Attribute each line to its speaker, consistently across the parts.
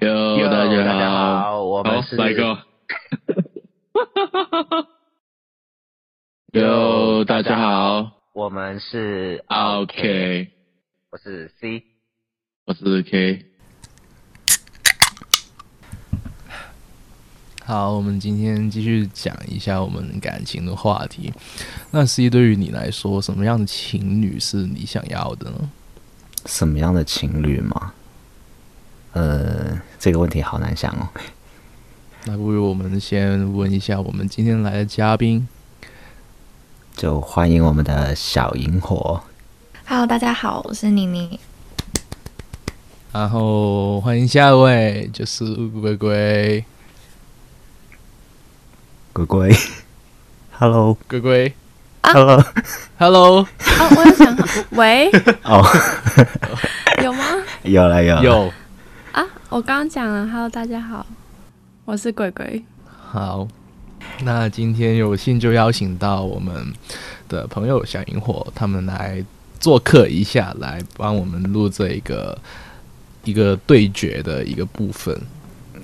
Speaker 1: Hello，大家
Speaker 2: 大家
Speaker 1: 好，
Speaker 2: 好，我
Speaker 1: 好
Speaker 2: 们是
Speaker 1: 来一个。Yo，大家好
Speaker 2: 我们是
Speaker 1: 啊，OK，
Speaker 2: 我是 C，
Speaker 1: 我是 K，
Speaker 3: 好，我们今天继续讲一下我们感情的话题。那 C 对于你来说，什么样的情侣是你想要的呢？
Speaker 4: 什么样的情侣吗？呃，这个问题好难想哦。
Speaker 3: 那不如我们先问一下我们今天来的嘉宾，
Speaker 4: 就欢迎我们的小萤火，
Speaker 5: Hello，大家好，我是妮妮。
Speaker 3: 然后啊欢迎下一位，就是龟龟
Speaker 4: 鬼鬼。Hello，Hello，啊
Speaker 3: 龟龟，Hello，
Speaker 5: 哦，我有想好， 喂，
Speaker 4: 哦，
Speaker 5: 有吗？
Speaker 4: 有了有了，
Speaker 3: 有
Speaker 5: 啊，我刚刚讲了，Hello，大家好，我是鬼鬼。
Speaker 3: 好，那今天有幸就邀请到我们的朋友小萤火，他们来做客一下，来帮我们录这一个一个对决的一个部分。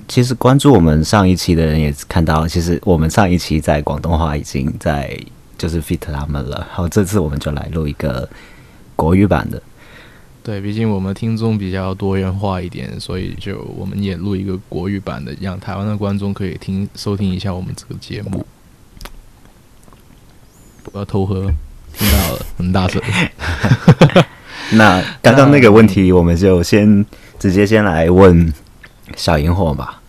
Speaker 4: 其实关注我们上一期的人也看到，其实我们上一期在广东话已经在就是 fit 他们了。然后这次我们就来录一个国语版的。
Speaker 3: 对，毕竟我们听众比较多元化一点，所以就我们也录一个国语版的，让台湾的观众可以听收听一下我们这个节目。不要偷喝，听到了，很大声。
Speaker 4: 那刚刚那个问题，我们就先直接先来问小萤火吧，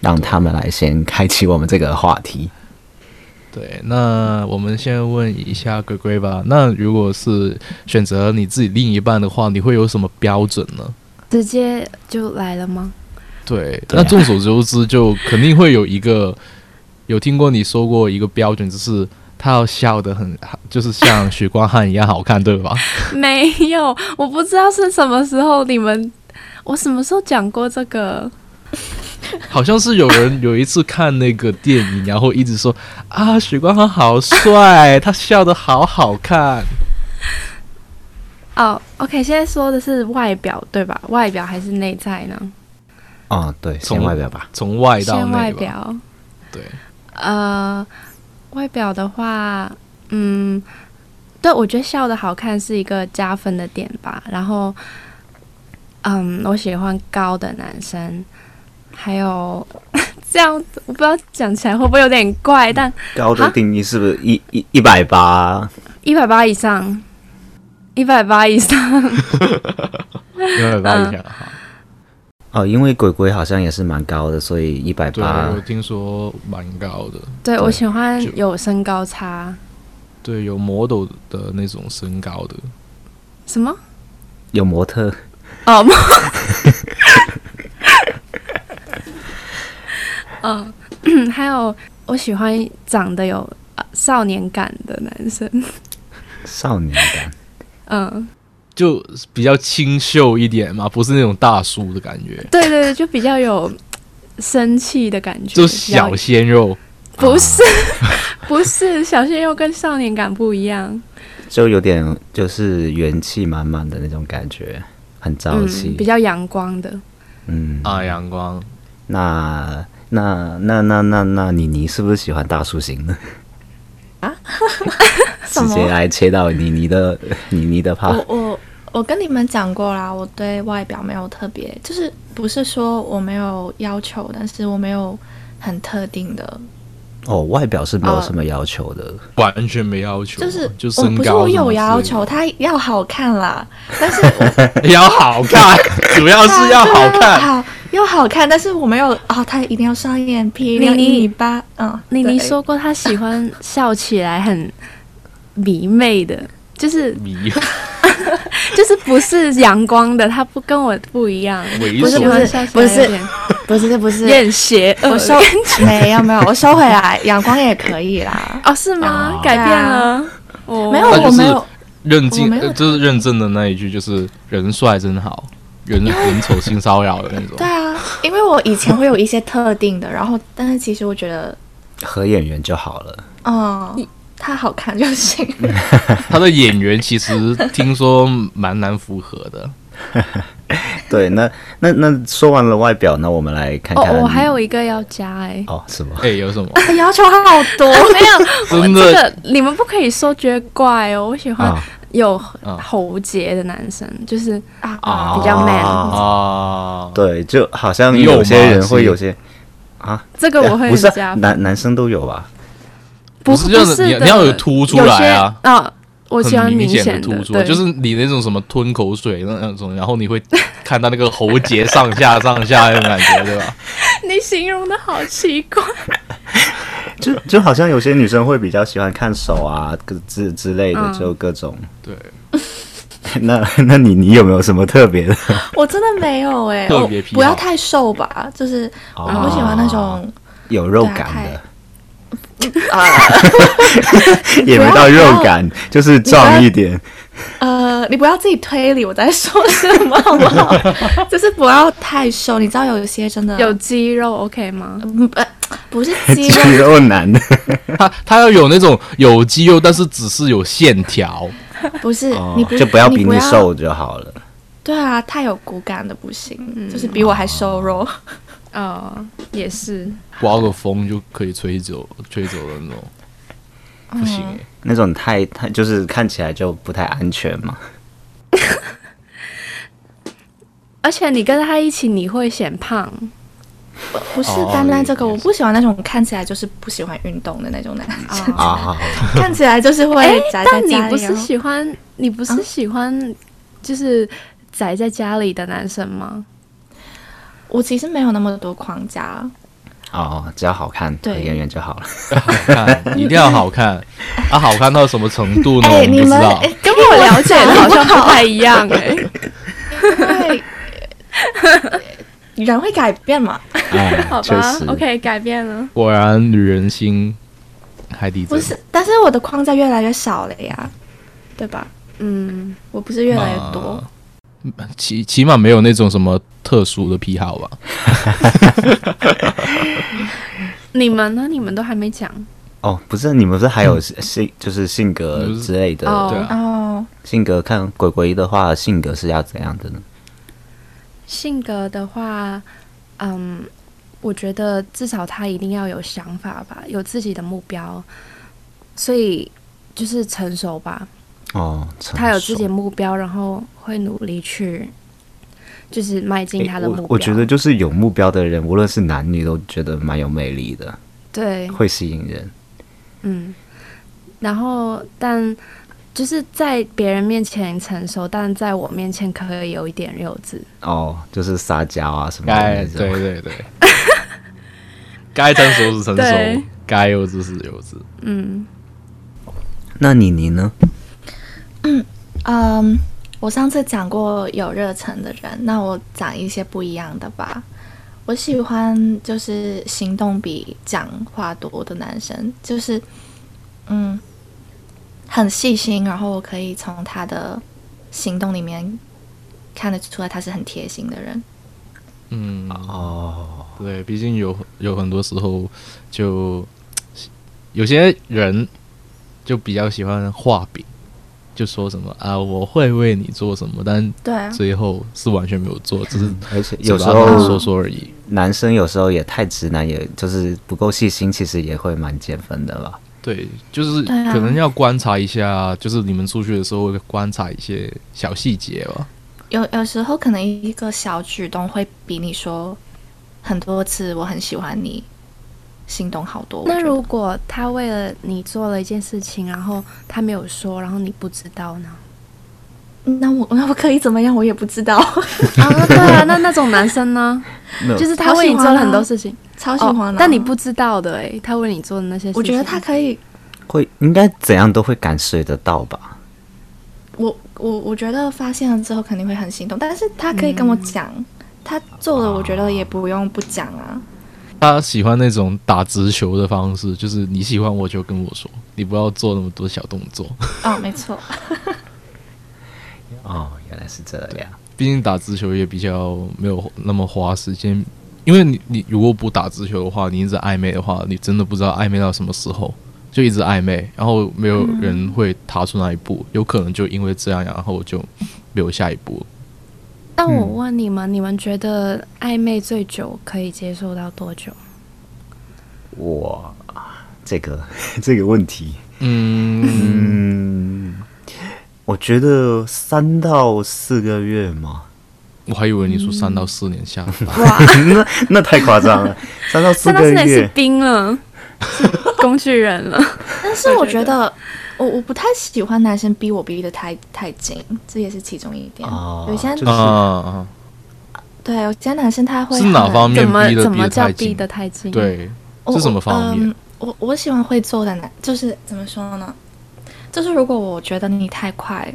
Speaker 4: 让他们来先开启我们这个话题。
Speaker 3: 对，那我们先问一下龟龟吧。那如果是选择你自己另一半的话，你会有什么标准呢？
Speaker 5: 直接就来了吗？
Speaker 3: 对，
Speaker 4: 对啊
Speaker 3: 那众所周知，就肯定会有一个有听过你说过一个标准，就是他要笑得很，就是像许光汉一样好看，对吧？
Speaker 5: 没有，我不知道是什么时候你们，我什么时候讲过这个？
Speaker 3: 好像是有人有一次看那个电影，然后一直说啊，许光汉好帅，他笑得好好看。
Speaker 5: 哦、o k 现在说的是外表对吧？外表还是内在呢？
Speaker 4: 哦，对，
Speaker 3: 从
Speaker 4: 先外表吧。
Speaker 3: 从外到
Speaker 5: 先
Speaker 3: 内
Speaker 5: 外
Speaker 3: 吧，
Speaker 5: 表，
Speaker 3: 对，
Speaker 5: 呃，外表的话，嗯，对我觉得笑的好看是一个加分的点吧。然后，嗯，我喜欢高的男生，还有 这样，我不知道讲起来会不会有点怪，但
Speaker 4: 高的
Speaker 5: 哈
Speaker 4: 定义是不是一一一百八？
Speaker 5: 一百八以上，一百八以上，
Speaker 3: 因为八
Speaker 5: 嗯
Speaker 3: 以下哈。
Speaker 4: 哦，因为鬼鬼好像也是蛮高的，所以一百
Speaker 3: 对，
Speaker 4: 八
Speaker 3: 我。听说蛮高的，
Speaker 5: 对我喜欢
Speaker 3: 就
Speaker 5: 有身高差。
Speaker 3: 对，有 model 的那种身高的，
Speaker 5: 什么？
Speaker 4: 有模特，
Speaker 5: 哦，莫 哦，还有我喜欢长得有、呃少年感的男生，
Speaker 4: 少年感。
Speaker 5: 嗯，
Speaker 3: 就比较清秀一点嘛，不是那种大叔的感觉，
Speaker 5: 对对对，就比较有生气的感觉，
Speaker 3: 就
Speaker 5: 比较
Speaker 3: 小啊鲜肉。
Speaker 5: 不是 不是小鲜肉跟少年感不一样，
Speaker 4: 就有点就是元气满满的那种感觉，很朝
Speaker 5: 嗯，
Speaker 4: 气
Speaker 5: 比。较阳光的。
Speaker 4: 嗯，
Speaker 3: 啊，阳光，
Speaker 4: 那那那那那那你你是不是喜欢大叔型呢？ 啊，直接来切到你你的你你
Speaker 3: 啊
Speaker 4: 的怕
Speaker 6: 我我我跟你们讲过啦，我对外表没有特别，就是不是说我没有要求，但是我没有很特定的，
Speaker 4: 哦，外表是没有
Speaker 6: 哦
Speaker 4: 什么要求的。
Speaker 3: 完全没要求嘛，啊
Speaker 6: 就是
Speaker 3: 就
Speaker 6: 我
Speaker 3: 身
Speaker 6: 不是
Speaker 3: 高
Speaker 6: 我
Speaker 3: 什么之类的，
Speaker 6: 有要求，他要好 看啦，但是我
Speaker 3: 要好看，主要是要好 看。
Speaker 6: 好要好看，但是我没有哦，他一定要双眼皮，
Speaker 5: 妮
Speaker 6: 要
Speaker 5: 妮
Speaker 6: 一米八，嗯，
Speaker 5: 妮妮
Speaker 6: 对
Speaker 5: 说过，她喜欢笑起来很迷妹的，就是
Speaker 3: 迷
Speaker 5: 就是不是阳光的，她不跟我不一样。
Speaker 3: 猥
Speaker 6: 不是不
Speaker 3: 琐，
Speaker 6: 是
Speaker 5: 不
Speaker 6: 不
Speaker 5: 是
Speaker 6: 是不是不
Speaker 5: 有
Speaker 6: 是，
Speaker 5: 点邪恶
Speaker 6: 我收没有没有，我收回来，阳光也可以啦，
Speaker 5: 哦，是吗？改变了？哦
Speaker 6: 没有
Speaker 3: 那就
Speaker 6: 我
Speaker 3: 是
Speaker 6: 没有。
Speaker 3: 认真
Speaker 6: 我没有
Speaker 3: 呃就是认证的那一句，就是人帅真好，人人丑性骚扰的那种
Speaker 6: 对。啊，因为我以前会有一些特定的，然后但是其实我觉得，
Speaker 4: 合眼缘就好了。
Speaker 6: 嗯，他好 看就行。
Speaker 3: 他的演员其实听说蛮难符合的，
Speaker 4: 对，那那那说完了外表，那我们来看
Speaker 5: 哦
Speaker 4: 看。，
Speaker 5: 我还有一个要加哎、
Speaker 4: 哦，什么？
Speaker 3: 哎、有什么？
Speaker 6: 啊要求好 多，
Speaker 5: 没有，我
Speaker 3: 真的
Speaker 5: 这个你们不可以说觉得怪哦。我喜欢
Speaker 4: 啊
Speaker 5: 有喉结的男生，就是
Speaker 6: 啊
Speaker 5: 比较 man。
Speaker 3: 哦，
Speaker 4: 对，就好像
Speaker 3: 你有
Speaker 4: 有些
Speaker 3: 吗
Speaker 4: 人会
Speaker 3: 是
Speaker 4: 有些啊，
Speaker 5: 这个我会
Speaker 4: 不
Speaker 5: 很
Speaker 4: 是啊
Speaker 5: 加分。
Speaker 4: 男男生都有吧？
Speaker 5: 不
Speaker 3: 不是就是
Speaker 5: 是
Speaker 3: 你
Speaker 5: 的
Speaker 3: 你要有凸出来啊
Speaker 5: 有些啊，我喜欢
Speaker 3: 很明的
Speaker 5: 显
Speaker 3: 突出，啊
Speaker 5: 对
Speaker 3: 就是你那种什么吞口水那那种，然后你会看到那个喉结上下上下那种感觉，对吧？
Speaker 5: 你形容的好奇怪。
Speaker 4: 就就好像有些女生会比较喜欢看手啊，各之之类
Speaker 5: 嗯
Speaker 4: 的，就各种。
Speaker 3: 对，
Speaker 4: 那那你你有没有什么特 别的？
Speaker 6: 我真的没有哎、
Speaker 3: 特
Speaker 6: 我
Speaker 3: 别癖好
Speaker 6: 不要太瘦吧，就是我不喜欢那种
Speaker 4: 哦有肉
Speaker 6: 对啊
Speaker 4: 感的
Speaker 6: 太。
Speaker 4: 也没到肉感，就是壮一点。
Speaker 6: 呃，你不要自己推理我在说什 么好不好？就是不要太瘦，你知道有一些真的
Speaker 5: 有肌肉 OK 吗？
Speaker 6: 嗯呃不是肌肉，
Speaker 4: 肌肉男的
Speaker 3: 他他要有那种有肌肉，但是只是有线条，
Speaker 6: 不是、
Speaker 4: 哦
Speaker 6: 你不
Speaker 4: 就不要比
Speaker 6: 你
Speaker 4: 你瘦就好了。
Speaker 6: 对啊，太有骨感的不行，
Speaker 5: 嗯
Speaker 6: 就是比我还瘦肉。
Speaker 5: 哦，也是。
Speaker 3: 刮个风就可以吹走吹走的那种，不行、欸。
Speaker 4: 那种太太就是看起来就不太安全嘛。
Speaker 5: 而且你跟他一起，你会显胖。
Speaker 6: 不是
Speaker 3: 哦
Speaker 6: 单单这个，
Speaker 3: 也
Speaker 6: 我不喜欢那种看起来就是不喜欢运动的那种男 生，
Speaker 4: 啊，
Speaker 6: 看起来就是会
Speaker 5: 哎，
Speaker 6: 宅在
Speaker 5: 但你
Speaker 6: 家
Speaker 5: 不
Speaker 6: 里。哦啊嗯
Speaker 5: 是
Speaker 6: 然后
Speaker 5: 喜欢，你不是喜欢，就是宅在家里的男生吗？
Speaker 6: 我其实没有那么多框架，
Speaker 4: 哦，只要好看和
Speaker 6: 对
Speaker 4: 演员就好了。
Speaker 3: 好
Speaker 6: 嗯
Speaker 3: 看，一定要好看啊！好看到什么程度呢？
Speaker 6: 哎、
Speaker 3: 我们
Speaker 6: 你
Speaker 3: 不知
Speaker 6: 们、
Speaker 3: 道。
Speaker 6: 哎跟
Speaker 5: 因为
Speaker 6: 我
Speaker 5: 我
Speaker 6: 了
Speaker 5: 了
Speaker 6: 解
Speaker 5: 解的
Speaker 6: 的
Speaker 5: 好
Speaker 6: 好像
Speaker 5: 像不太一 样哎。
Speaker 6: 哎对， 人会改变嘛？
Speaker 4: 哎，
Speaker 5: 好
Speaker 4: 确
Speaker 5: 吧
Speaker 4: 实。
Speaker 5: ，OK，改变了。
Speaker 3: 果然女人心海底针啊
Speaker 6: 不是，但是我的框架越来越少了呀，对吧？
Speaker 5: 嗯，
Speaker 6: 我不是越来越多，
Speaker 3: 那起起码没有那种什么特殊的癖好吧？
Speaker 5: 你们呢？你们都还没讲。
Speaker 4: 哦，不是，你们不是还有性嗯就是性格之类的？
Speaker 5: 哦
Speaker 3: 对啊，
Speaker 6: 哦，
Speaker 4: 性格看鬼鬼的话，性格是要怎样的呢？
Speaker 5: 性格的话，嗯，我觉得至少他一定要有想法吧，有自己的目标，所以就是成熟吧。
Speaker 4: 哦，
Speaker 5: 他有自
Speaker 4: 成
Speaker 5: 己的目标，然后会努力去，就是迈
Speaker 4: 熟
Speaker 5: 进他的
Speaker 4: 哎
Speaker 5: 目标。
Speaker 4: 我我觉得就是有目标的人，无论是男女，都觉得蛮有魅力的，
Speaker 5: 对，
Speaker 4: 会吸引人。
Speaker 5: 嗯。然后，但就是在别人面前成熟，但在我面前可以有一点幼稚。
Speaker 4: 哦，就是撒娇啊什么
Speaker 3: 该
Speaker 4: 的那
Speaker 3: 对
Speaker 4: 种。
Speaker 3: 对对，该成熟是成
Speaker 5: 对
Speaker 3: 熟，该幼稚是幼稚。
Speaker 5: 嗯，
Speaker 4: 那你你呢？
Speaker 6: 嗯，我上次讲过有热忱的人，那我讲一些不一样的吧。我喜欢就是行动比讲话多的男生，就是嗯，很细心，然后我可以从他的行动里面看得出来他是很贴心的人。
Speaker 3: 嗯，
Speaker 4: 哦，
Speaker 3: 对，毕竟有有很多时候就有些人就比较喜欢画饼，就说什么啊，我会为你做什么，但
Speaker 6: 对啊，
Speaker 3: 最后是完全没有做，只是
Speaker 4: 而且嗯有时
Speaker 3: 嘴巴上
Speaker 4: 候
Speaker 3: 说说而已。
Speaker 4: 男生有时候也太直男，也就是不够细心，其实也会蛮减分的吧。
Speaker 3: 对，就是
Speaker 6: 对啊
Speaker 3: 可能要观察一下，就是你们出去的时候会观察一些小细节吧。
Speaker 6: 有有时候可能一个小举动会比你说很多次“我很喜欢你”心动好多。我
Speaker 5: 那
Speaker 6: 觉得
Speaker 5: 如果他为了你做了一件事情，然后他没有说，然后你不知道呢？
Speaker 6: 那我那我可以怎么样？我也不知道，
Speaker 5: 啊，对啊，那那种男生呢？
Speaker 4: 没有
Speaker 5: 就是他为你做了很多事情，
Speaker 6: 超喜欢的、
Speaker 5: 哦但你不，知道的哎、他为你做的那些事情，
Speaker 6: 我觉得他可以，
Speaker 4: 会应该怎样都会感受得到吧？
Speaker 6: 我我我觉得发现了之后肯定会很心动，但是他可以跟我讲，他做了，我觉得也不用不讲啊。
Speaker 3: 他喜欢那种打直球的方式，就是你喜欢我就跟我说，你不要做那么多小动作。
Speaker 6: 哦，没 错，
Speaker 4: 哦，原来是这样。
Speaker 3: 毕竟打直球也比较没有那么花时间，因为你你如果不打直球的话，你一直暧昧的话，你真的不知道暧昧到什么时候，就一直暧昧，然后没有人会踏出那一步，有可能就因为这样，然后就没有下一步。
Speaker 5: 但我问你们，你们觉得暧昧最久可以接受到多久？
Speaker 4: 哇，这个这个问题，
Speaker 3: 嗯，
Speaker 4: 嗯，我觉得三到四个月嘛，
Speaker 3: 我还以为你说三到四年下吧。
Speaker 4: 那 那太夸张了，三到四
Speaker 5: 三到
Speaker 4: 个
Speaker 5: 四年是
Speaker 4: 月，
Speaker 5: 冰 了，是工具人了。
Speaker 6: 但是我觉得我我不太喜欢男生逼我逼得太太紧，这也是其中一点。
Speaker 4: 哦
Speaker 6: 有些
Speaker 4: 就
Speaker 3: 啊啊，
Speaker 6: 对有些男生他会
Speaker 3: 是哪
Speaker 6: 很
Speaker 3: 方 面
Speaker 5: 怎么
Speaker 3: 逼的
Speaker 5: 怎
Speaker 3: 逼
Speaker 5: 么
Speaker 3: 得
Speaker 5: 叫
Speaker 3: 太
Speaker 5: 逼
Speaker 3: 紧
Speaker 5: 得？太哦近？，
Speaker 3: 对，
Speaker 6: 我
Speaker 3: 是什么方面？
Speaker 6: 哦嗯我、我我喜欢会做的男，就是怎么说呢？就是如果我觉得你太快，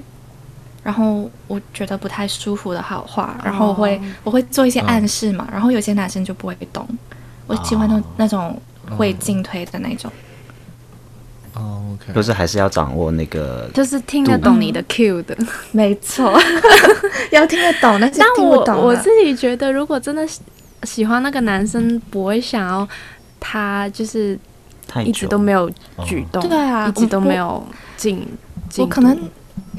Speaker 6: 然后我觉得不太舒服的好话，然后我
Speaker 3: 哦
Speaker 6: 会、我会做一
Speaker 3: 嗯
Speaker 6: 些暗示嘛，然后有些男生就不会懂。我喜欢那种、那种
Speaker 3: 嗯
Speaker 6: 会进退的那种。
Speaker 3: 哦，OK，
Speaker 4: 就是还是要掌握那个，
Speaker 5: 就是听得懂你的 Q 的。
Speaker 6: 没 错，要听得懂，但是
Speaker 5: 但
Speaker 6: 听
Speaker 5: 我
Speaker 6: 不懂
Speaker 5: 我
Speaker 6: 的
Speaker 5: 自己觉得，如果真的喜喜欢那个男生，不会想要他就是
Speaker 4: 太久
Speaker 5: 一直都没有举动，
Speaker 6: 对啊
Speaker 5: 一直都没有进。进
Speaker 6: 我
Speaker 5: 度
Speaker 6: 可能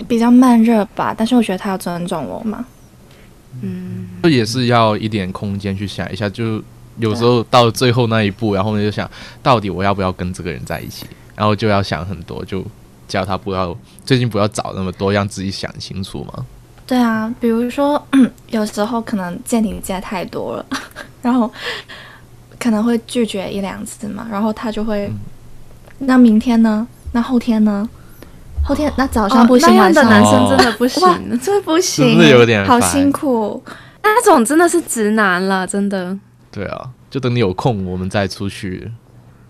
Speaker 6: 比较慢热吧，但是我觉得他要尊重我嘛。
Speaker 5: 嗯，
Speaker 3: 这也是要一点空间去想一下，就有时候到最后那一步，然后你就想到底我要不要跟这个人在一起，然后就要想很多，就叫他不要最近不要找那么多，让自己想清楚嘛。
Speaker 6: 对啊，比如说，嗯，有时候可能见你见太多了， 然后可能会拒绝一两次嘛，然后他就会，
Speaker 3: 嗯
Speaker 6: 那明天呢？那后天呢？后天那早上不
Speaker 5: 哦
Speaker 6: 行，
Speaker 5: 那样
Speaker 6: 晚
Speaker 5: 的
Speaker 6: 上
Speaker 5: 男生真的不行，
Speaker 6: 哇，这不行，欸
Speaker 3: 真的有点
Speaker 6: 好
Speaker 3: 烦
Speaker 6: 辛 苦。
Speaker 5: 那种真的是直男了，真的。
Speaker 3: 对啊，就等你有空我们再出去。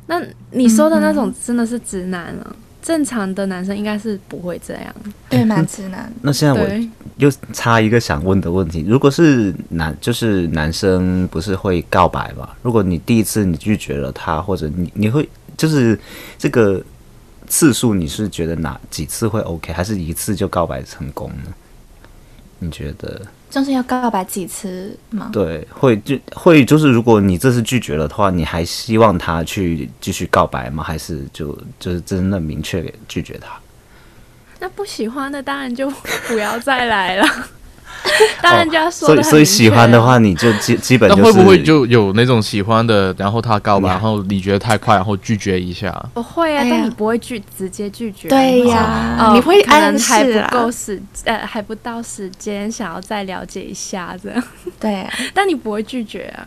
Speaker 5: 那你说的那种真的是直男了、正常的男生应该是不会这样。
Speaker 6: 对，蛮直男。
Speaker 4: 那现在我
Speaker 5: 对，
Speaker 4: 又插一个想问的问题：如果是男，就是男生不是会告白嘛？如果你第一次你拒绝了他，或者你你会就是这个次数，你是觉得哪几次会 OK，还是一次就告白成功呢？你觉得
Speaker 6: 就是要告白几次吗？
Speaker 4: 对，会就会就是，如果你这次拒绝了的话，你还希望他去继续告白吗？还是就就是真的明确拒绝他？
Speaker 5: 那不喜欢的当然就不要再来了， 当然就要说
Speaker 4: 所
Speaker 5: 得
Speaker 4: 以
Speaker 5: 很
Speaker 4: 所以喜欢的
Speaker 5: 明确啊
Speaker 4: 话，你就基基本
Speaker 3: 那
Speaker 4: 就是
Speaker 3: 会不会就有那种喜欢的，然后他告
Speaker 4: 你
Speaker 3: 白，然后你觉得太快，然后拒绝一下？
Speaker 5: 我会啊，
Speaker 6: 哎呀
Speaker 5: 但你不会拒直接拒绝。
Speaker 6: 对呀、
Speaker 5: 哦
Speaker 6: 你会
Speaker 5: 可能
Speaker 6: 暗
Speaker 5: 还
Speaker 6: 示啊
Speaker 5: 不够时，呃，还不到时间，想要再了解一下这样，
Speaker 6: 对，
Speaker 5: 但你不会拒绝啊。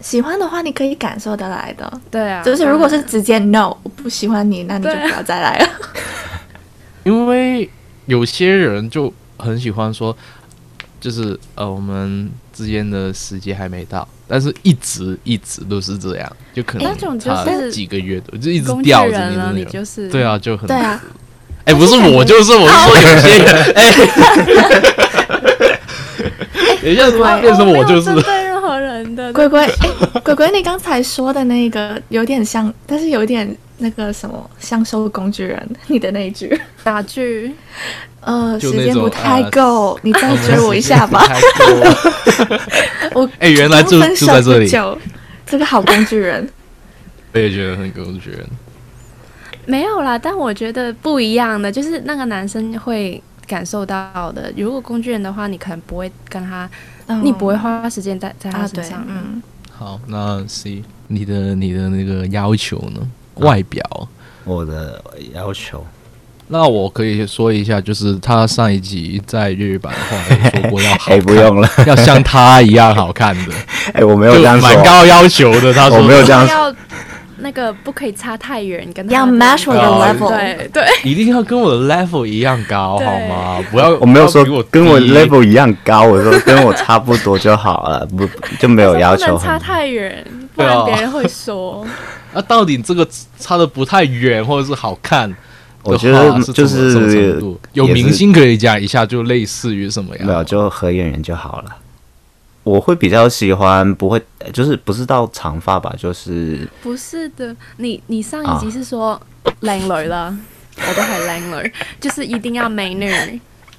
Speaker 6: 喜欢的话你可以感受得来的。
Speaker 5: 对啊，
Speaker 6: 就是如果是直接 no，我不喜欢你，那你就不要再来了。
Speaker 3: 因为有些人就很喜欢说，就是呃，我们之间的时间还没到，但是一直一直都是这样，就可能
Speaker 5: 那种就
Speaker 3: 差
Speaker 5: 是
Speaker 3: 几个月都就一直
Speaker 5: 工具
Speaker 3: 吊着
Speaker 5: 人
Speaker 3: 你的
Speaker 5: 了，
Speaker 3: 那
Speaker 5: 你
Speaker 3: 种
Speaker 5: 就是
Speaker 3: 对，啊，就很
Speaker 6: 对啊，
Speaker 3: 哎，不是我，就是我是说有些人哎， 等一下怎么变成我就是
Speaker 5: 啊没有针对任何 人的
Speaker 6: 鬼鬼，哎，鬼鬼，你刚才说的那个有点像，但是有点那个什么，像收工具人，你的那一句，
Speaker 5: 打句，
Speaker 6: 呃，
Speaker 3: 就
Speaker 6: 时
Speaker 3: 那种
Speaker 6: 间不太够， 你再追我一下吧。
Speaker 3: 太多了。
Speaker 6: 我
Speaker 3: 哎，原来就
Speaker 6: 刚分
Speaker 3: 就
Speaker 6: 手
Speaker 3: 在这
Speaker 6: 不
Speaker 3: 里，
Speaker 6: 久，这个好工具人，
Speaker 3: 我也觉得很工具人。
Speaker 5: 没有啦，但我觉得不一样的，就是那个男生会感受到的。如果工具人的话，你可能不会跟他，
Speaker 6: 嗯
Speaker 5: 你不会花时间在在他
Speaker 6: 啊？
Speaker 5: 身
Speaker 6: 对
Speaker 5: 上，。
Speaker 6: 嗯，
Speaker 3: 好，那 C，你的你的那个要求呢？外表。
Speaker 4: 我的要求？
Speaker 3: 那我可以说一下，就是他上一集在粤语版的话有说过要好
Speaker 4: 哎，不用了，
Speaker 3: 要像他一样好看的，
Speaker 4: 哎， 我没有
Speaker 3: 就
Speaker 4: 这样说
Speaker 3: 蛮，高要求的。他说
Speaker 4: 我没有这样
Speaker 5: 他
Speaker 4: 说，
Speaker 5: 要那个不可以差太远，跟他
Speaker 6: 要
Speaker 5: 的
Speaker 6: match 我的
Speaker 3: 哦
Speaker 6: level，
Speaker 5: 对对，
Speaker 3: 一定要跟我的 level 一样高，
Speaker 5: 对
Speaker 3: 好吗？不要，
Speaker 4: 我没有说
Speaker 3: 不要比
Speaker 4: 跟我
Speaker 3: 低
Speaker 4: level 一样高，我说 跟我差不多就好了，不就没有要
Speaker 5: 但是不
Speaker 4: 求
Speaker 5: 能差
Speaker 4: 很。
Speaker 5: 太远，不
Speaker 3: 对啊
Speaker 5: 然别人会说。
Speaker 3: 那啊到底这个差的不太远，或者是好看的话？
Speaker 4: 我觉得
Speaker 3: 是
Speaker 4: 就
Speaker 3: 什么什么
Speaker 4: 是
Speaker 3: 程度
Speaker 4: 也
Speaker 3: 有
Speaker 4: 是
Speaker 3: 明星可以讲一下，就类似于什么
Speaker 4: 没有
Speaker 3: 样？
Speaker 4: 就合眼缘就好了。我会比较喜欢，不会就是不是到长发吧，就是
Speaker 5: 不是的，你你上一集是说靓女啦，我都系靓女，就是一定要美女。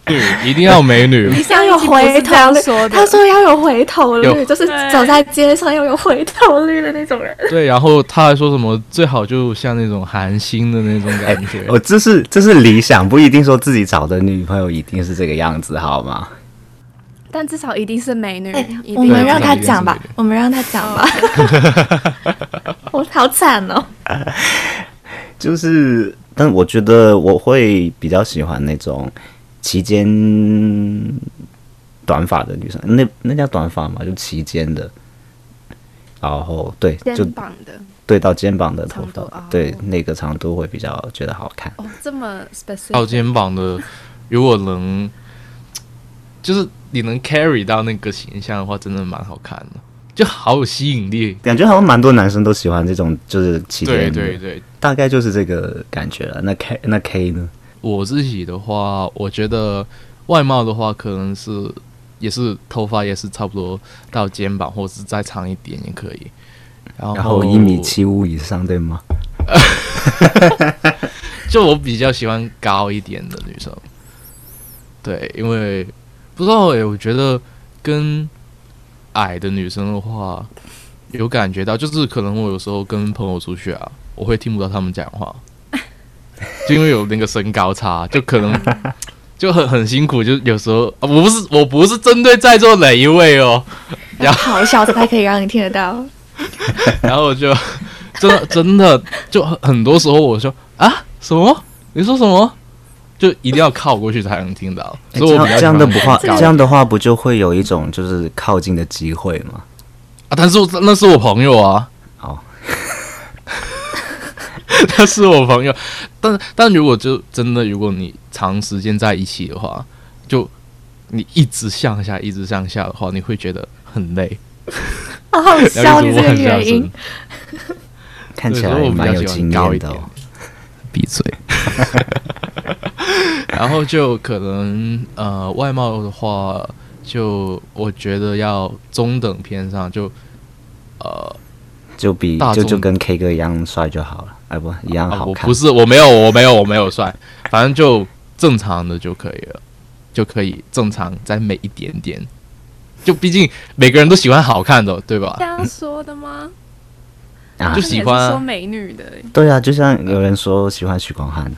Speaker 3: 对，一定要美女
Speaker 5: 你上
Speaker 6: 要
Speaker 5: 一
Speaker 6: 有
Speaker 5: 集不是
Speaker 6: 回
Speaker 5: 这样
Speaker 6: 头率
Speaker 5: 说的，，
Speaker 6: 他说要有回头
Speaker 3: 有
Speaker 6: 率，就是
Speaker 5: 对
Speaker 6: 走在街上要有回头率的那种人。
Speaker 3: 对，然后他还说什么最好就像那种韩星的那种感觉。
Speaker 5: 哦
Speaker 4: 我这是这是理想，不一定说自己找的女朋友一定是这个样子，好吗？
Speaker 5: 但至少一定是美女。
Speaker 6: 哎
Speaker 5: 一定
Speaker 6: 我们让他
Speaker 3: 对
Speaker 6: 讲吧
Speaker 3: 对对对，
Speaker 6: 我们让他讲吧。 我好惨哦！
Speaker 4: 就是，但我觉得我会比较喜欢那种齐肩短发的女生，那那叫短发嘛，就齐肩的。然后对，就
Speaker 5: 肩膀的
Speaker 4: 对到肩膀的头
Speaker 5: 长度哦
Speaker 4: 发，对那个长度会比较觉得好看。
Speaker 5: 哦，这么
Speaker 3: 到
Speaker 5: specific，
Speaker 3: 肩膀的，如果能，就是你能 carry 到那个形象的话，真的蛮好看的，就好有吸引力。
Speaker 4: 感觉好像蛮多男生都喜欢这种，就是齐肩的，
Speaker 3: 对对对，
Speaker 4: 大概就是这个感觉了。那 K 那 K 呢？
Speaker 3: 我自己的话，我觉得外貌的话，可能是也是头发也是差不多到肩膀，或者是再长一点也可以。然后
Speaker 4: 然后一米，七五以上，对吗？
Speaker 3: 就我比较喜欢高一点的女生。对，因为不知道诶、我觉得跟矮的女生的话，有感觉到，就是可能我有时候跟朋友出去啊，我会听不到他们讲话，就因为有那个身高差，就可能 就很很辛苦，就有时候、啊、我不是我不是针对在座哪一位哦，
Speaker 6: 要咆哮才可以让你听得到。
Speaker 3: 然后我就真的真的就很很多时候我说啊什么你说什么，就一定要靠过去才能听到，
Speaker 4: 诶
Speaker 3: 所以我
Speaker 4: 哎这样
Speaker 3: 比较
Speaker 4: 这样的不
Speaker 3: 喜欢
Speaker 4: 话，
Speaker 3: 高
Speaker 4: 这样的话不就会有一种就是靠近的机会吗？
Speaker 3: 啊，但是我那是我朋友啊，
Speaker 4: 好，
Speaker 3: 他是我朋友，但但如果就真的，如果你长时间在一起的话，就你一直向下，一直向下的话，你会觉得很累。
Speaker 6: 好好
Speaker 3: 然
Speaker 6: 笑，
Speaker 3: 后
Speaker 6: 你
Speaker 3: 就是
Speaker 6: 这个
Speaker 3: 很
Speaker 6: 女
Speaker 3: 上
Speaker 6: 人音
Speaker 3: 升，
Speaker 4: 看起来
Speaker 3: 对所以我比较
Speaker 4: 蛮有
Speaker 3: 喜欢
Speaker 4: 经
Speaker 3: 高
Speaker 4: 验
Speaker 3: 一
Speaker 4: 的、
Speaker 3: 点
Speaker 4: 哦。
Speaker 3: 闭嘴。 然后就可能呃，外貌的话，就我觉得要中等偏上，就呃，
Speaker 4: 就比
Speaker 3: 大
Speaker 4: 就
Speaker 3: 众
Speaker 4: 就跟 K 哥一样帅就好了，哎不一样
Speaker 3: 啊
Speaker 4: 好
Speaker 3: 我
Speaker 4: 看。
Speaker 3: 不是，我没有，我没有，我没有帅，反正就正常的就可以了，就可以正常再美一点点。就毕竟每个人都喜欢好看的，对吧
Speaker 5: 这？样说的吗？
Speaker 4: 啊
Speaker 5: 他
Speaker 3: 就
Speaker 5: 们
Speaker 3: 喜
Speaker 5: 也是
Speaker 3: 欢
Speaker 5: 说美女的欸，
Speaker 4: 对啊，就像有人说喜欢许光汉，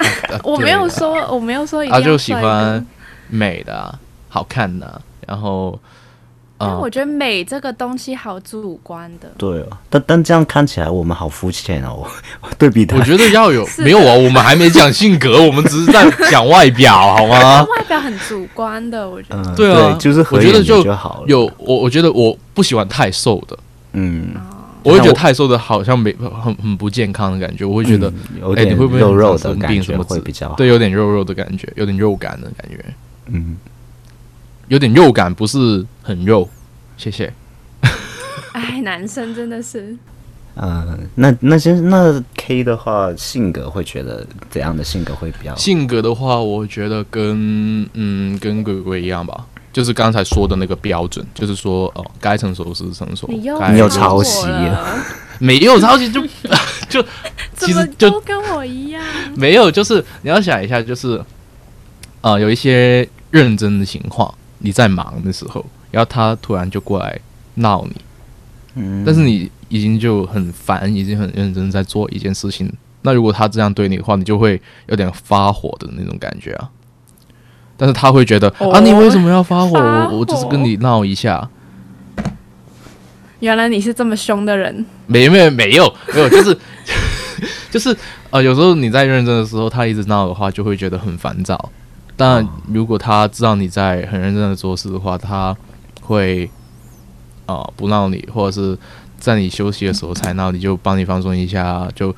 Speaker 3: 啊
Speaker 5: 我没有说，我没有说一
Speaker 3: 对
Speaker 5: 定
Speaker 3: 啊，
Speaker 5: 要
Speaker 3: 就喜
Speaker 5: 帅哥
Speaker 3: 欢美的啊、好看的啊、然后
Speaker 5: 但
Speaker 3: 啊
Speaker 5: 我，觉得美这个东西好主观的，
Speaker 4: 对哦，但但这样看起来我们好肤浅哦，对比他
Speaker 3: 我觉得要有
Speaker 5: 是的
Speaker 3: 没有啊？我们还没讲性格，我们只是在讲外表，好 吗？
Speaker 5: 外表很主观的，我觉得。
Speaker 4: 嗯
Speaker 3: 对啊
Speaker 4: 就是合
Speaker 3: 我觉
Speaker 4: 眼
Speaker 3: 得
Speaker 4: 的
Speaker 3: 就
Speaker 4: 就好了。
Speaker 3: 有我，我觉得我不喜欢太瘦的，
Speaker 4: 嗯，
Speaker 3: 我会觉得
Speaker 4: 我
Speaker 3: 太瘦的好像没很很不健康的感觉，我会觉得。
Speaker 5: 嗯
Speaker 4: 有
Speaker 3: 哎
Speaker 4: 点
Speaker 3: 你会不会
Speaker 4: 肉肉
Speaker 3: 生
Speaker 4: 的
Speaker 3: 病
Speaker 4: 感
Speaker 3: 什
Speaker 4: 觉
Speaker 3: 么
Speaker 4: 会
Speaker 3: 之
Speaker 4: 比较好。
Speaker 3: 对，有点肉肉的感觉，有点肉感的感觉，
Speaker 4: 嗯，
Speaker 3: 有点肉感，不是很肉。谢谢。
Speaker 5: 哎，男生真的是，
Speaker 4: 呃，那那些那 K 的话，性格会觉得怎样的性格会比较？
Speaker 3: 性格的话，我觉得跟嗯跟鬼鬼一样吧，就是刚才说的那个标准，就是说哦，该成熟时成熟，
Speaker 5: 你又
Speaker 3: 该
Speaker 4: 你有
Speaker 5: 超
Speaker 4: 抄
Speaker 5: 我
Speaker 4: 袭
Speaker 5: 了，
Speaker 3: 没有抄袭就 就
Speaker 5: 怎
Speaker 3: 其
Speaker 5: 么
Speaker 3: 实就
Speaker 5: 都跟我一样？
Speaker 3: 没有，就是你要想一下，就是呃有一些认真的情况，你在忙的时候，然后他突然就过来闹你，
Speaker 4: 嗯，
Speaker 3: 但是你已经就很烦，已经很认真在做一件事情。那如果他这样对你的话，你就会有点发火的那种感觉啊。但是他会觉得、
Speaker 5: 哦
Speaker 3: 啊，你为什么要发火？
Speaker 5: 发
Speaker 3: 我我只是
Speaker 5: 火
Speaker 3: 跟你闹一下，
Speaker 5: 原来你是这么凶的人，
Speaker 3: 没没没有 没有，就是就是呃，有时候你在认真的时候，他一直闹的话，就会觉得很烦躁。但如果他知道你在很认真的做事的话，他会啊、呃不闹你，或者是在你休息的时候才闹你，就帮你放松一下，就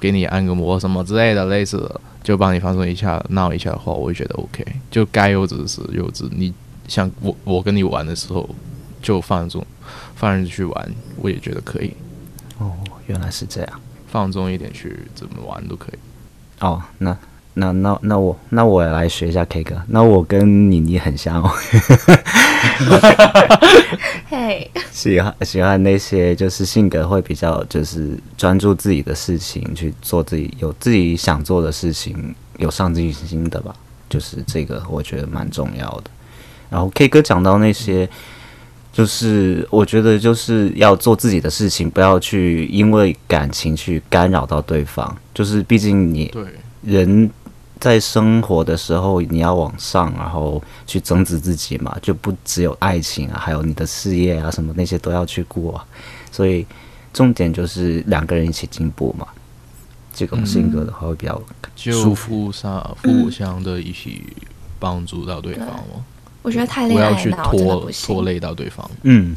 Speaker 3: 给你按个摩什么之类的，类似的，就帮你放松一下，闹一下的话，我会觉得 OK，就该幼稚是幼稚。你像我我跟你玩的时候，就放纵放任去玩，我也觉得可以。
Speaker 4: 哦，原来是这样。
Speaker 3: 放纵一点去怎么玩都可以。
Speaker 4: 哦，那那那那我那我来学一下 K 哥，那我跟妮妮很像哦，
Speaker 6: 嘿，
Speaker 4: 喜欢喜欢那些就是性格会比较就是专注自己的事情去做自己有自己想做的事情，有上进心的吧，就是这个我觉得蛮重要的。然后 K 哥讲到那些。就是我觉得就是要做自己的事情，不要去因为感情去干扰到对方。就是毕竟你
Speaker 3: 对，
Speaker 4: 人在生活的时候你要往上，然后去增值自己嘛，就不只有爱情啊，还有你的事业啊什么那些都要去顾啊。所以重点就是两个人一起进步嘛。这种性格的话会比较
Speaker 3: 就互相互相的一起帮助到对方吗？
Speaker 6: 我觉得太
Speaker 3: 不
Speaker 6: 恋
Speaker 3: 要
Speaker 6: 爱
Speaker 3: 去
Speaker 6: 脑真的
Speaker 3: 拖
Speaker 6: 不
Speaker 3: 拖
Speaker 6: 行。
Speaker 3: 累到对方。
Speaker 4: 嗯，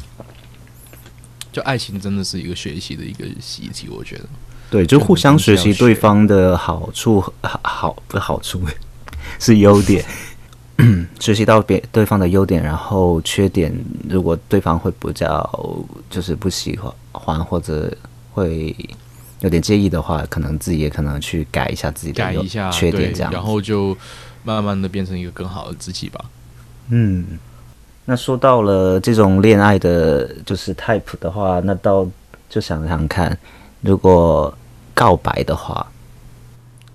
Speaker 3: 就爱情真的是一个学习的一个习题，我觉得。
Speaker 4: 对，就互相学
Speaker 3: 这
Speaker 4: 习
Speaker 3: 样子
Speaker 4: 对方的好处，好好不是好处 是优点， 学习到别对方的优点，然后缺点，如果对方会比较就是不喜欢或者会有点介意的话，可能自己也可能去改一下自己的
Speaker 3: 改
Speaker 4: 优
Speaker 3: 一下
Speaker 4: 缺点，
Speaker 3: 对
Speaker 4: 这样子
Speaker 3: 然后就慢慢的变成一个更好的自己吧。
Speaker 4: 嗯，那说到了这种恋爱的，就是 type 的话，那到就想想看，如果告白的话，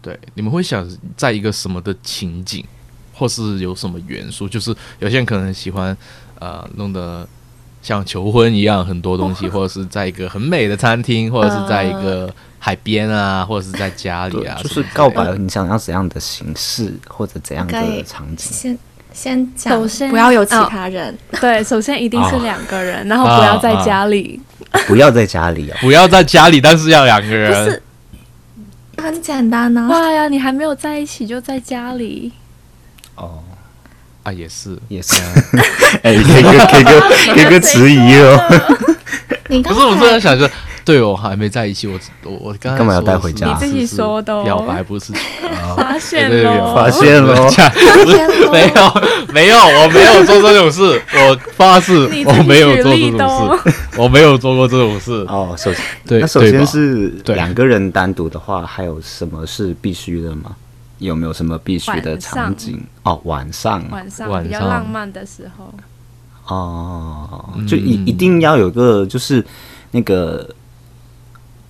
Speaker 3: 对，你们会想在一个什么的情景，或是有什么元素？就是有些人可能喜欢，呃，弄得像求婚一样很多东西，或者是在一个很美的餐厅，或者是在一个海边啊，或者是在家里
Speaker 4: 对
Speaker 3: 啊，，
Speaker 4: 就是
Speaker 3: 什么之类的
Speaker 4: 告白，你想要怎样的形式或者怎样
Speaker 6: 可以
Speaker 4: 的场景？
Speaker 6: 先先讲
Speaker 5: 首，先
Speaker 6: 不要有其
Speaker 5: 哦
Speaker 6: 他人。
Speaker 5: 对，首先一定是
Speaker 4: 哦
Speaker 5: 两个人，然后不要在家里。
Speaker 4: 不要在家里哦。
Speaker 3: 不要在家里，但是要两个
Speaker 5: 不
Speaker 3: 人
Speaker 5: 是，，
Speaker 6: 很简单呢、
Speaker 5: 哇呀，你还没有在一起就在家里，
Speaker 4: 哦，
Speaker 3: 啊，也是。
Speaker 4: 也是。哎，给个给个给个迟疑哦。
Speaker 6: 你
Speaker 3: 可
Speaker 6: 刚
Speaker 3: 是我突
Speaker 6: 才
Speaker 3: 然想着，对我还没在一起，我我我刚才
Speaker 4: 干嘛要
Speaker 3: 说的
Speaker 4: 带回
Speaker 3: 是
Speaker 4: 家你
Speaker 5: 自己
Speaker 3: 是
Speaker 5: 说的哦
Speaker 3: 表白不是啊
Speaker 5: 哎发现
Speaker 3: 对对
Speaker 5: 喽
Speaker 3: 有。
Speaker 4: 发现 咯
Speaker 3: 不是没有没有，我没有做这种事，我发誓
Speaker 5: 你自己
Speaker 3: 我没有
Speaker 5: 举
Speaker 3: 做
Speaker 5: 例
Speaker 3: 这
Speaker 5: 的
Speaker 3: 种
Speaker 5: 哦
Speaker 3: 事， 我没有做过这种事。
Speaker 4: 哦，首先，
Speaker 3: 对
Speaker 4: 那首
Speaker 3: 对
Speaker 4: 先
Speaker 3: 吧
Speaker 4: 是
Speaker 3: 对
Speaker 4: 两个人单独的话，还有什么是必须的吗？有没有什么必须的
Speaker 5: 晚上
Speaker 4: 场景？哦，晚上啊。
Speaker 5: 晚上
Speaker 3: 晚
Speaker 5: 比较
Speaker 3: 上
Speaker 5: 浪漫的时候，
Speaker 4: 哦，
Speaker 3: 嗯
Speaker 4: 就一一定要有个就是那个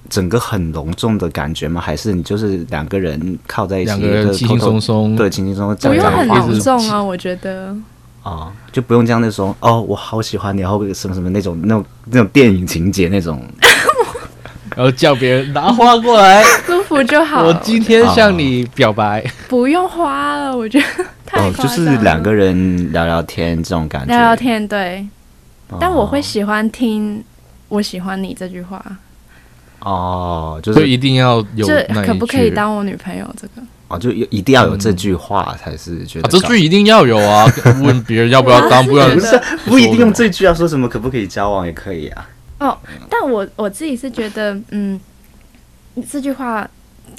Speaker 4: 整个很隆重的感觉吗？还是你就是两个人靠在一起，
Speaker 3: 两个人
Speaker 4: 就是
Speaker 3: 轻
Speaker 4: 偷
Speaker 3: 轻
Speaker 4: 偷
Speaker 3: 松松
Speaker 4: 对，啊轻轻松松
Speaker 5: 不
Speaker 4: 讲
Speaker 5: 用
Speaker 4: 讲
Speaker 5: 很
Speaker 4: 话
Speaker 5: 隆重啊，我觉得。
Speaker 4: 哦，就不用这样那种哦，我好喜欢你，然后什么什么那种那种那种电影情节那种，
Speaker 3: 然后呃叫别人拿花过来，
Speaker 5: 祝福就好，
Speaker 3: 我今天向你表白。
Speaker 5: 不用花了，我觉得太
Speaker 4: 哦，
Speaker 5: 夸张了、
Speaker 4: 就是两个人聊聊天这种感觉。
Speaker 5: 聊聊天，对。
Speaker 4: 哦，
Speaker 5: 但我会喜欢听“我喜欢你”这句话，
Speaker 4: 哦，就
Speaker 3: 所
Speaker 4: 是
Speaker 3: 以一定要有
Speaker 5: 这
Speaker 3: 那一句
Speaker 5: 可不可以当我女朋友？这个
Speaker 4: 哦，就一定要有这句话才是觉得
Speaker 3: 啊？这
Speaker 4: 搞
Speaker 3: 句一定要有啊！问别人要不要当，不然
Speaker 5: 我
Speaker 4: 不
Speaker 5: 是
Speaker 4: 是啊不一定用这句啊，说什么可不可以交往也可以啊。
Speaker 5: 哦，但我我自己是觉得，嗯，这句话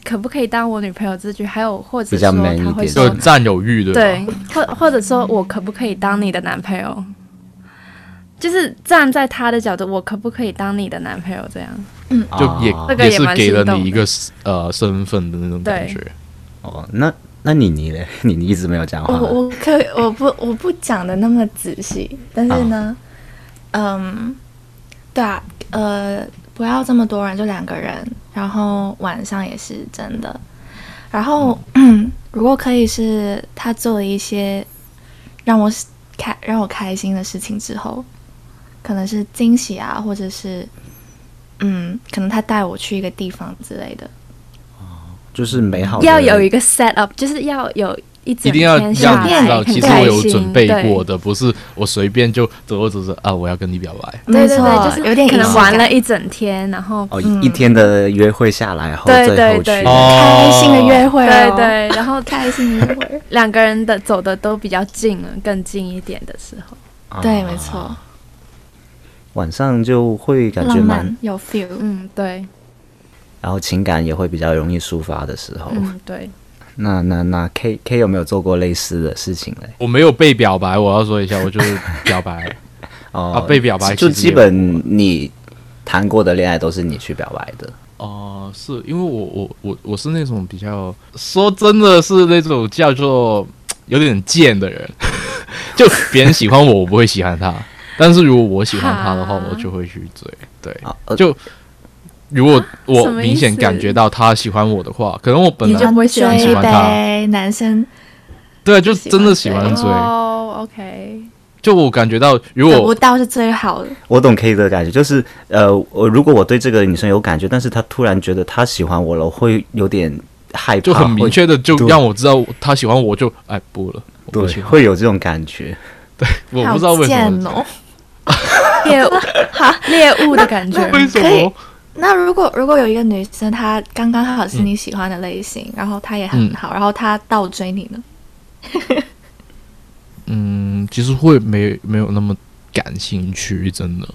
Speaker 5: 可不可以当我女朋友？这句还有或者
Speaker 4: 比较
Speaker 5: 说
Speaker 4: man
Speaker 5: 他会
Speaker 4: 一点
Speaker 3: 就
Speaker 5: 说，
Speaker 3: 占有欲对吧？
Speaker 5: 对，或或者说我可不可以当你的男朋友？就是站在他的角度，我可不可以当你的男朋友？这样
Speaker 3: 啊就也
Speaker 4: 哦
Speaker 5: 这个
Speaker 3: 也
Speaker 5: 也
Speaker 3: 是
Speaker 5: 蛮
Speaker 3: 给了
Speaker 5: 心动
Speaker 3: 你一
Speaker 5: 的
Speaker 3: 个呃身份的那种感
Speaker 5: 对
Speaker 3: 觉。
Speaker 4: 哦，那那你你嘞， 你你一直没有讲话
Speaker 5: 哦
Speaker 6: 我，我可以我不我不讲的那么仔细，但是呢，
Speaker 5: 啊
Speaker 6: 嗯，对啊，呃，不要这么多人，就两个人，然后晚上也是真的，然后、
Speaker 5: 嗯
Speaker 6: 如果可以是他做了一些让我开让我开心的事情之后，可能是惊喜啊，或者是嗯，可能他带我去一个地方之类的，
Speaker 4: 就是美好的
Speaker 5: 要有一个 set up，就是要有一整
Speaker 3: 一定要让你
Speaker 5: 天
Speaker 3: 知
Speaker 5: 下来
Speaker 3: 道，
Speaker 5: 很
Speaker 3: 其实
Speaker 5: 开
Speaker 3: 我有
Speaker 5: 心
Speaker 3: 准备
Speaker 5: 对
Speaker 3: 过的，不是我随便就走着走着啊，我要跟你表白。
Speaker 5: 对
Speaker 6: 没
Speaker 5: 对
Speaker 6: 错，
Speaker 5: 对，就是
Speaker 6: 有点
Speaker 5: 可
Speaker 6: 仪
Speaker 5: 能
Speaker 6: 式
Speaker 5: 玩
Speaker 6: 感
Speaker 5: 了一整天，然后
Speaker 4: 哦一一天的约会下来后，
Speaker 5: 嗯对
Speaker 4: 最后
Speaker 5: 对
Speaker 4: 去
Speaker 5: 对
Speaker 6: 开心的约会、
Speaker 5: 对
Speaker 6: 哦，
Speaker 5: 对， 然后
Speaker 6: 开心的约会，
Speaker 5: 两个人的走的都比较近了，更近一点的时候，
Speaker 4: 啊
Speaker 6: 对，没错，
Speaker 4: 晚上就会感觉
Speaker 6: 浪
Speaker 4: 蛮
Speaker 6: 漫，有 feel，
Speaker 5: 嗯，对，
Speaker 4: 然后情感也会比较容易抒发的
Speaker 3: 哦
Speaker 4: 时候。
Speaker 5: 嗯对，
Speaker 4: 那那那 K K 有没有做过类似的事情嘞？
Speaker 3: 我没有被表白，我要说一下，我就是表白。
Speaker 4: 哦，
Speaker 3: 啊被表白
Speaker 4: 就
Speaker 3: 其实
Speaker 4: 基
Speaker 3: 也
Speaker 4: 本你谈过的恋爱都是你去表白的。
Speaker 3: 哦、是因为我我我我是那种比较说真的是那种叫做有点贱的人， 就别人喜欢我，我不会喜欢他，但是如果我喜欢他的话，
Speaker 5: 哈
Speaker 3: 我就会去追。对，
Speaker 4: 啊呃
Speaker 3: 就如果我
Speaker 5: 什么意
Speaker 3: 明显
Speaker 5: 思
Speaker 3: 感觉到他喜欢我的话，可能我本
Speaker 5: 你
Speaker 3: 来
Speaker 5: 就不会喜欢
Speaker 3: 喜
Speaker 6: 追
Speaker 3: 欢他
Speaker 6: 呗，男生
Speaker 3: 对，就
Speaker 6: 喜
Speaker 3: 真的
Speaker 6: 欢
Speaker 3: 喜
Speaker 6: 追
Speaker 3: 欢追。
Speaker 5: 哦，OK，
Speaker 3: 就我感觉到，如
Speaker 6: 得不
Speaker 3: 果
Speaker 6: 到是最好的，
Speaker 4: 我懂 K 的感觉，就是呃，我如果我对这个女生有感觉，但是她突然觉得她喜欢我了，我会有点害怕，
Speaker 3: 就很明
Speaker 4: 会
Speaker 3: 确的就
Speaker 4: 对
Speaker 3: 让我知道他喜欢我就哎不了，我不喜
Speaker 4: 对，
Speaker 3: 欢，
Speaker 4: 会有这种感觉。
Speaker 3: 我
Speaker 6: 好
Speaker 3: 不知道为什
Speaker 6: 贱
Speaker 3: 么，
Speaker 6: 哦。
Speaker 5: 猎物， 猎物的感觉。
Speaker 3: 为什
Speaker 6: 哦可以
Speaker 3: 么？
Speaker 6: 那如果如果有一个女生，她刚刚好是你喜欢的类型，然后她也很好，然后她倒追你呢？
Speaker 3: 嗯，其实会没没有那么感兴趣，真的。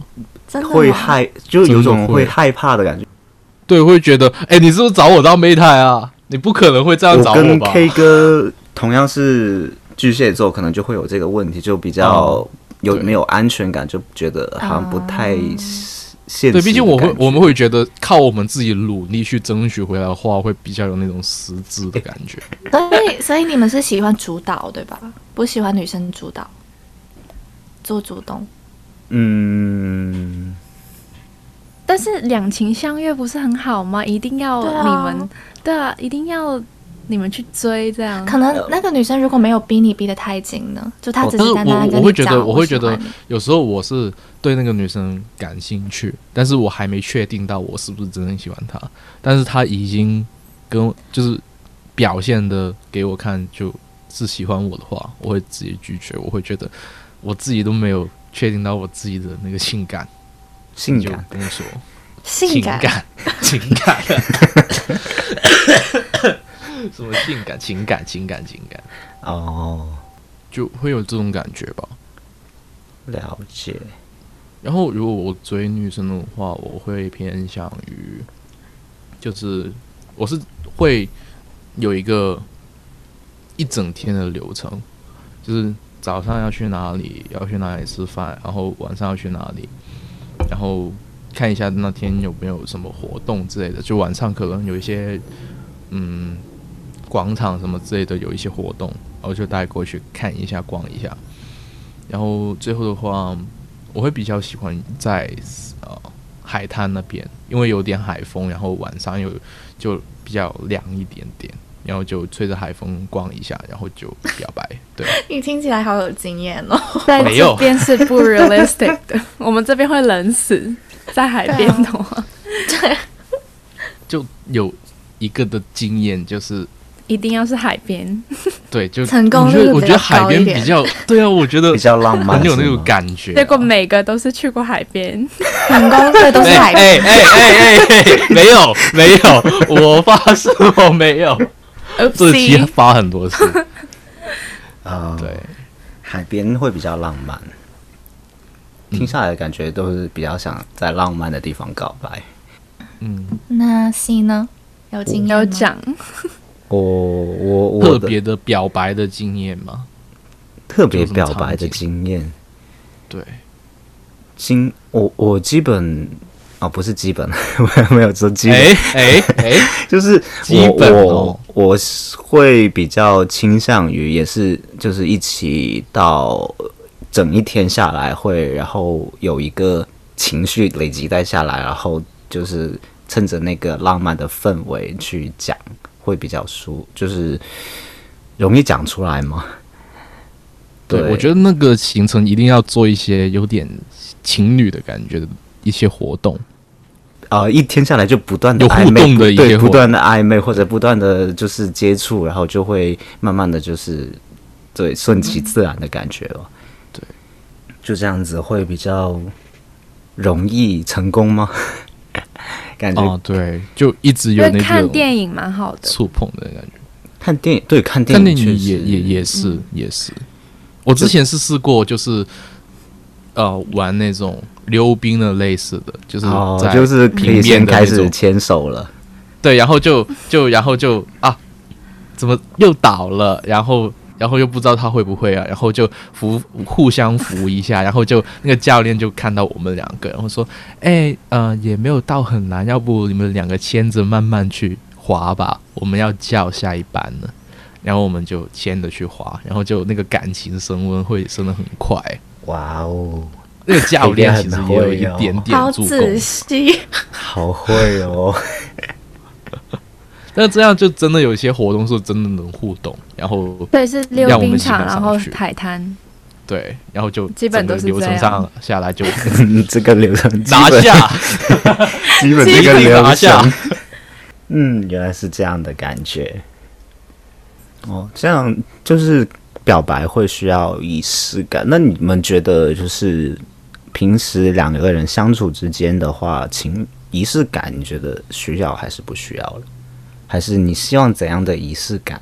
Speaker 6: 真的吗
Speaker 4: 会害，就有
Speaker 3: 真的
Speaker 4: 种
Speaker 3: 会
Speaker 4: 会害怕的感觉。
Speaker 3: 对，会觉得，哎、你是不是找我当妹台啊？你不可能会这样找
Speaker 4: 跟
Speaker 3: 吧？
Speaker 4: K 哥同样是巨蟹座，可能就会有这个问题，就比较有
Speaker 3: 哦对
Speaker 4: 没有安全感，就觉得好像不太现实的感觉。
Speaker 3: 对，毕竟我会，我们会觉得靠我们自己努力去争取回来的话，会比较有那种实质的感觉。
Speaker 6: 所以所以你们是喜欢主导对吧？不喜欢女生主导，做主动。
Speaker 4: 嗯，
Speaker 5: 但是两情相悦不是很好吗？一定要
Speaker 6: 对啊
Speaker 5: 你们，对啊，一定要你们去追这样。
Speaker 6: 可能那个女生如果没有逼你逼得太紧呢，就她
Speaker 3: 哦
Speaker 6: 只
Speaker 3: 但是
Speaker 6: 单
Speaker 3: 我
Speaker 6: 单跟
Speaker 3: 我
Speaker 6: 你
Speaker 3: 会觉得
Speaker 6: 讲
Speaker 3: 我
Speaker 6: 我
Speaker 3: 会
Speaker 6: 喜
Speaker 3: 觉得
Speaker 6: 欢你
Speaker 3: 有时候我是对那个女生感兴趣，但是我还没确定到我是不是真正喜欢她，但是她已经跟我就是表现的给我看就是喜欢我的话，我会直接拒绝，我会觉得我自己都没有确定到我自己的那个性感，
Speaker 4: 性
Speaker 3: 你就
Speaker 4: 感
Speaker 3: 跟我说
Speaker 6: 性感，
Speaker 3: 感，情 感， 什么性感，情感，情感，情感，
Speaker 4: 哦，
Speaker 3: 就会有这种感觉吧。
Speaker 4: 了解。
Speaker 3: 然后如果我追女生的话，我会偏向于，就是我是会有一个一整天的流程，就是早上要去哪里，要去哪里吃饭，然后晚上要去哪里，然后看一下那天有没有什么活动之类的。就晚上可能有一些嗯广场什么之类的有一些活动，然后就带过去看一下逛一下。然后最后的话，我会比较喜欢在呃海滩那边，因为有点海风，然后晚上又就比较凉一点点，然后就吹着海风逛一下，然后就表 白。对，
Speaker 6: 你听起来好有经验哦。
Speaker 5: 在
Speaker 3: 没有
Speaker 5: 这边是 不 realistic 的，我们这边会冷死，在海边的话，
Speaker 3: 就有一个的经验就是。
Speaker 5: 一定要是海边。
Speaker 3: 对，就
Speaker 6: 成
Speaker 3: 我
Speaker 6: 功率
Speaker 3: 觉得我
Speaker 6: 比
Speaker 3: 觉得
Speaker 6: 较
Speaker 3: 海
Speaker 6: 高一
Speaker 3: 边
Speaker 6: 点
Speaker 3: 比较对啊，我觉得
Speaker 4: 比较浪漫
Speaker 3: 很有那
Speaker 4: 是
Speaker 3: 种
Speaker 4: 吗
Speaker 3: 感觉啊。
Speaker 5: 结果每个都是去过海边，
Speaker 6: 成功率都是海
Speaker 3: 哎
Speaker 6: 边，
Speaker 3: 哎哎哎哎，没有 没有，我发誓我没有， 这期
Speaker 5: Oopsie
Speaker 3: 发很多次。
Speaker 4: 啊、
Speaker 3: 对，
Speaker 4: 海边会比较浪漫。
Speaker 3: 嗯
Speaker 4: 听下来的感觉都是比较想在浪漫的地方告白。
Speaker 3: 嗯，
Speaker 6: 那 C 呢？有经验吗
Speaker 5: 有讲，
Speaker 4: 我我我
Speaker 3: 特
Speaker 4: 的
Speaker 3: 别的表白的经验嘛，
Speaker 4: 特别
Speaker 3: 有什么
Speaker 4: 表
Speaker 3: 场
Speaker 4: 白的
Speaker 3: 景
Speaker 4: 经验，
Speaker 3: 对，
Speaker 4: 基我我基本啊、不是基本，没有没有说基本，
Speaker 3: 哎哎哎，
Speaker 4: 就是
Speaker 3: 基
Speaker 4: 我
Speaker 3: 本哦
Speaker 4: 我我是会比较倾向于也是就是一起到整一天下来会，然后有一个情绪累积带下来，然后就是趁着那个浪漫的氛围去讲，会比较舒，就是容易讲出来吗？
Speaker 3: 对，我觉得那个行程一定要做一些有点情侣的感觉的一些活动，
Speaker 4: 呃，一天下来就不断的
Speaker 3: 有互
Speaker 4: 暧昧，
Speaker 3: 动的
Speaker 4: 不
Speaker 3: 一些
Speaker 4: 对，
Speaker 3: 活
Speaker 4: 不断的暧昧或者不断的就是接触，然后就会慢慢的就是对顺其自然的感觉了。
Speaker 3: 对，
Speaker 4: 就这样子会比较容易成功吗？ 感觉、
Speaker 3: 啊，对，就一直
Speaker 5: 因
Speaker 3: 有
Speaker 5: 为
Speaker 3: 那
Speaker 5: 看
Speaker 3: 种
Speaker 5: 电影蛮好的。
Speaker 3: 触碰的感觉。
Speaker 4: 看电影，对，看电
Speaker 3: 看
Speaker 4: 影
Speaker 3: 电
Speaker 4: 确
Speaker 3: 影
Speaker 4: 实
Speaker 3: 也也也是、也是，我之前是试过，就是呃玩那种溜冰的类似的，就是
Speaker 4: 哦，
Speaker 3: 在、
Speaker 4: 就是可以
Speaker 3: 平面
Speaker 4: 先
Speaker 3: 的
Speaker 4: 开
Speaker 3: 那
Speaker 4: 始
Speaker 3: 种
Speaker 4: 牵手了。
Speaker 3: 对，然后就就然后就啊，怎么又倒了？然后然后又不知道他会不会啊，然后就扶互相扶一下，然后就那个教练就看到我们两个，然后说：“哎，呃，也没有到很难，要不你们两个牵着慢慢去滑吧，我们要叫下一班了。”然后我们就牵着去滑，然后就那个感情升温会升得很快。
Speaker 4: 哇哦，
Speaker 3: 那个教练其实也有一
Speaker 4: 一定很会
Speaker 3: 点
Speaker 4: 哦
Speaker 3: 点
Speaker 6: 好
Speaker 3: 助
Speaker 6: 仔
Speaker 3: 攻，
Speaker 6: 细，
Speaker 4: 好会哦！
Speaker 3: 但这样就真的有一些活动是真的能互动，然后
Speaker 5: 对，是溜
Speaker 3: 让我
Speaker 5: 冰
Speaker 3: 们喜
Speaker 5: 场，
Speaker 3: 欢
Speaker 5: 然
Speaker 3: 上
Speaker 5: 后
Speaker 3: 去
Speaker 5: 海滩。
Speaker 3: 对，然后就
Speaker 5: 基本都是
Speaker 3: 整个流程
Speaker 5: 这样
Speaker 3: 上下 来就
Speaker 4: 这个流程基
Speaker 3: 拿
Speaker 4: 本
Speaker 3: 下，
Speaker 4: 基本
Speaker 3: 基
Speaker 4: 这个
Speaker 3: 本
Speaker 4: 流
Speaker 3: 拿下
Speaker 4: 程，嗯，原来是这样的感觉。哦，这样就是表白会需要仪式感。那你们觉得，就是平时两个人相处之间的话，情仪式感，你觉得需要还是不需要了？还是你希望怎样的仪式感？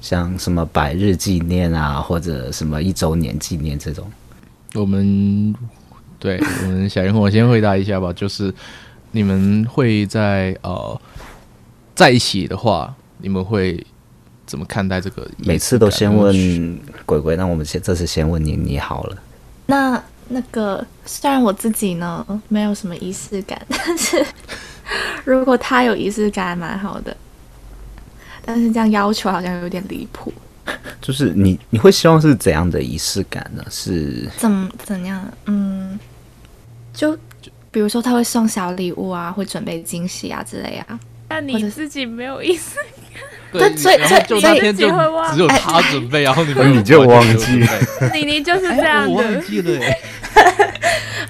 Speaker 4: 像什么百日纪念啊，或者什么一周年纪念这种？
Speaker 3: 我们对我们小萤火先回答一下吧，就是你们会在呃在一起的话，你们会怎么看待这个？
Speaker 4: 每次都先问鬼鬼，那我们先这次先问你，你好了。
Speaker 6: 那那个虽然我自己呢没有什么仪式感， 但是如果他有仪式感，蛮好的。但是这样要求好像有点离谱。
Speaker 4: 就是你你会希望是怎样的仪式感呢？是
Speaker 6: 怎怎样？嗯，就比如说他会送小礼物啊，会准备惊喜啊之类啊。
Speaker 7: 那
Speaker 6: 或
Speaker 7: 你
Speaker 6: 者
Speaker 7: 自己没有意思，
Speaker 3: 对，
Speaker 6: 所以
Speaker 3: 然
Speaker 6: 所以
Speaker 3: 后就
Speaker 6: 所以
Speaker 3: 那天就
Speaker 7: 自己会忘
Speaker 3: 只有他准备，然后你们
Speaker 4: 哦你就忘记了
Speaker 3: 了，
Speaker 7: 妮妮就是这
Speaker 3: 哎
Speaker 7: 样
Speaker 3: 我
Speaker 7: 的
Speaker 3: 忘。记了，哎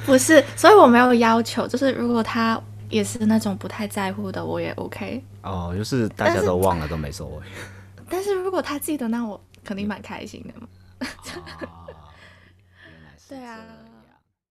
Speaker 6: 不是，所以我没有要求，就是如果他也是那种不太在乎的，我也 OK。
Speaker 4: 哦，就是大家都忘了都没所 谓。
Speaker 6: 但是如果他记得，那我肯定蛮开心的嘛。
Speaker 4: 哦啊原来是
Speaker 6: 对
Speaker 4: 这
Speaker 6: 啊
Speaker 4: 样